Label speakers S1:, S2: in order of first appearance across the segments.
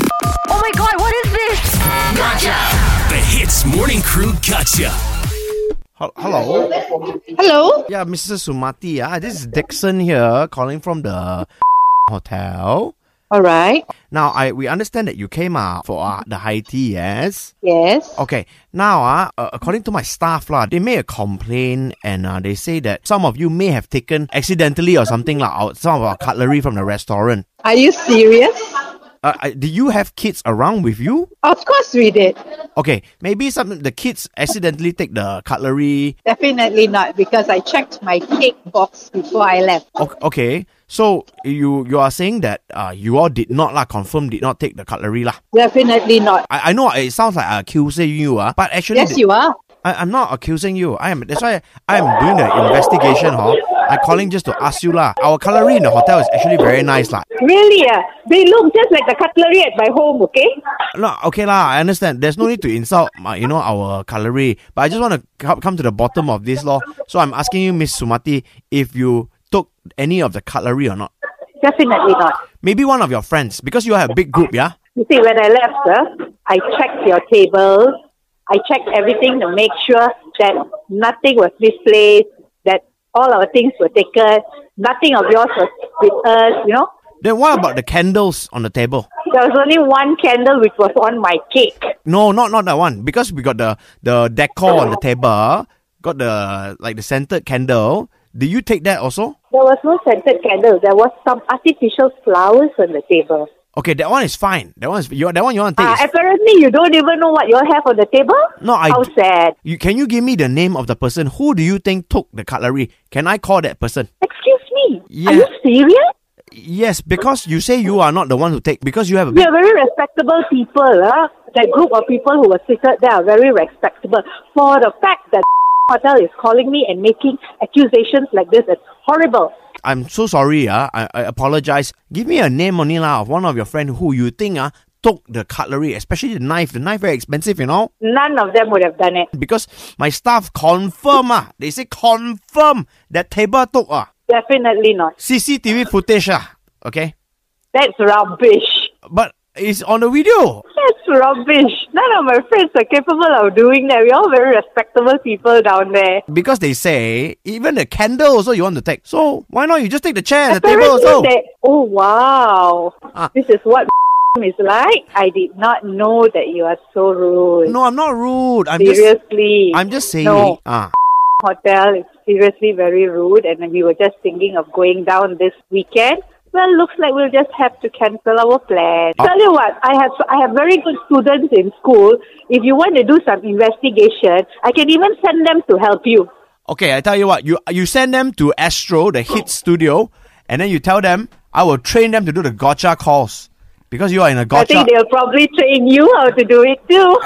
S1: Oh my god, what is this?
S2: The Hits Morning Crew Gotcha.
S3: Hel- Hello.
S4: Hello.
S3: Yeah, Mr. Sumati. Ah, this is Dixon here calling from the hotel.
S4: All right.
S3: Now, I we understand that you came uh, for uh, the high tea, yes?
S4: Yes.
S3: Okay. Now, uh, uh, according to my staff, lah, they made a complaint and uh, they say that some of you may have taken accidentally or something like out some of our cutlery from the restaurant.
S4: Are you serious?
S3: Uh, uh, do you have kids around with you?
S4: Of course we did.
S3: Okay, maybe some the kids accidentally take the cutlery.
S4: Definitely not because I checked my cake box before I left.
S3: O- Okay, so you you are saying that uh, you all did not lah, confirm did not take the cutlery lah.
S4: Definitely not.
S3: I, I know it sounds like I'm accusing you ah, but actually
S4: Yes, you are.
S3: I, I'm not accusing you. I am that's why I am doing the investigation, huh? I'm calling just to ask you lah. Our cutlery in the hotel is actually very nice lah.
S5: Really, ah, they look just like the cutlery at my home, okay?
S3: No, okay lah, I understand. There's no need to insult my, you know, our cutlery. But I just want to co- come to the bottom of this law. So I'm asking you, Miss Sumati, if you took any of the cutlery or not.
S5: Definitely not.
S3: Maybe one of your friends, because you have a big group, yeah?
S5: You see, when I left, ah, I checked your tables. I checked everything to make sure that nothing was misplaced, that all our things were taken, nothing of yours was with us, you know.
S3: Then what about the candles on the table?
S5: There was only one candle which was on my cake.
S3: No, not not that one. Because we got the the decor on the table, got the like the scented candle. Did you take that also?
S5: There was no scented candle. There was some artificial flowers on the table.
S3: Okay, that one is fine. That one is you, that one you want to take.
S5: Ah,
S3: is-
S5: apparently, you don't even know what you all have on the table.
S3: No, I
S5: How
S3: d-
S5: sad.
S3: you can you give me the name of the person? Who do you think took the cutlery? Can I call that person?
S5: Excuse me. Are
S3: Yeah.
S5: you serious?
S3: Yes, because you say you are not the one who take because you have a
S5: We
S3: big
S5: are very respectable people, huh? That group of people who were seated there are very respectable. For the fact that hotel is calling me and making accusations like this, it's horrible.
S3: I'm so sorry, ah. I, I apologize. Give me a name only lah of one of your friend who you think ah took the cutlery, especially the knife. The knife very expensive, you know?
S5: None of them would have done it.
S3: Because my staff confirm ah. They say confirm that table took ah.
S5: Definitely not.
S3: CCTV footage ah. Okay?
S5: That's rubbish.
S3: But it's on the video.
S5: That's rubbish. None of my friends are capable of doing that. We're all very respectable people down there.
S3: Because they say even the candle also you want to take. So why not you just take the chair and the table
S5: Apparently
S3: also?
S5: they- oh, wow.
S3: Ah.
S5: This is what is like. I did not know that you are so rude.
S3: No, I'm not rude. I'm just
S5: Seriously.
S3: I'm just saying
S5: No.
S3: ah.
S5: hotel is seriously very rude and we were just thinking of going down this weekend. Well, looks like we'll just have to cancel our plan.
S3: Oh.
S5: Tell you what, I have I have very good students in school. If you want to do some investigation, I can even send them to help you.
S3: Okay, I tell you what, you you send them to Astro, the hit studio, and then you tell them I will train them to do the gotcha calls. Because you are in a
S5: I
S3: gotcha.
S5: think they'll probably train you how to do it too.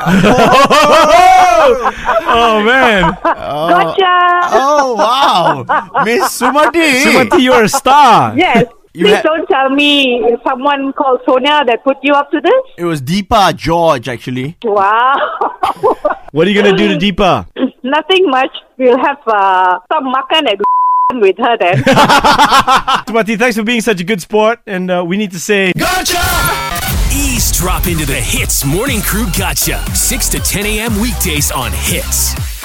S6: Oh man,
S3: Uh,
S5: gotcha.
S3: Oh wow. Miss Sumati.
S6: Sumati, you're a star.
S5: Yes.
S3: You
S5: Please
S3: had-
S5: don't tell me someone called Sonia that put you up to this.
S3: It was Deepa George actually.
S5: Wow.
S6: What are you gonna do to Deepa?
S5: Nothing much. We'll have uh, some makan at with her then.
S6: Sumati, thanks for being such a good sport, and uh, we need to say
S2: Eavesdrop into the Hits Morning Crew Gotcha. 6 to 10 a.m. weekdays on Hits.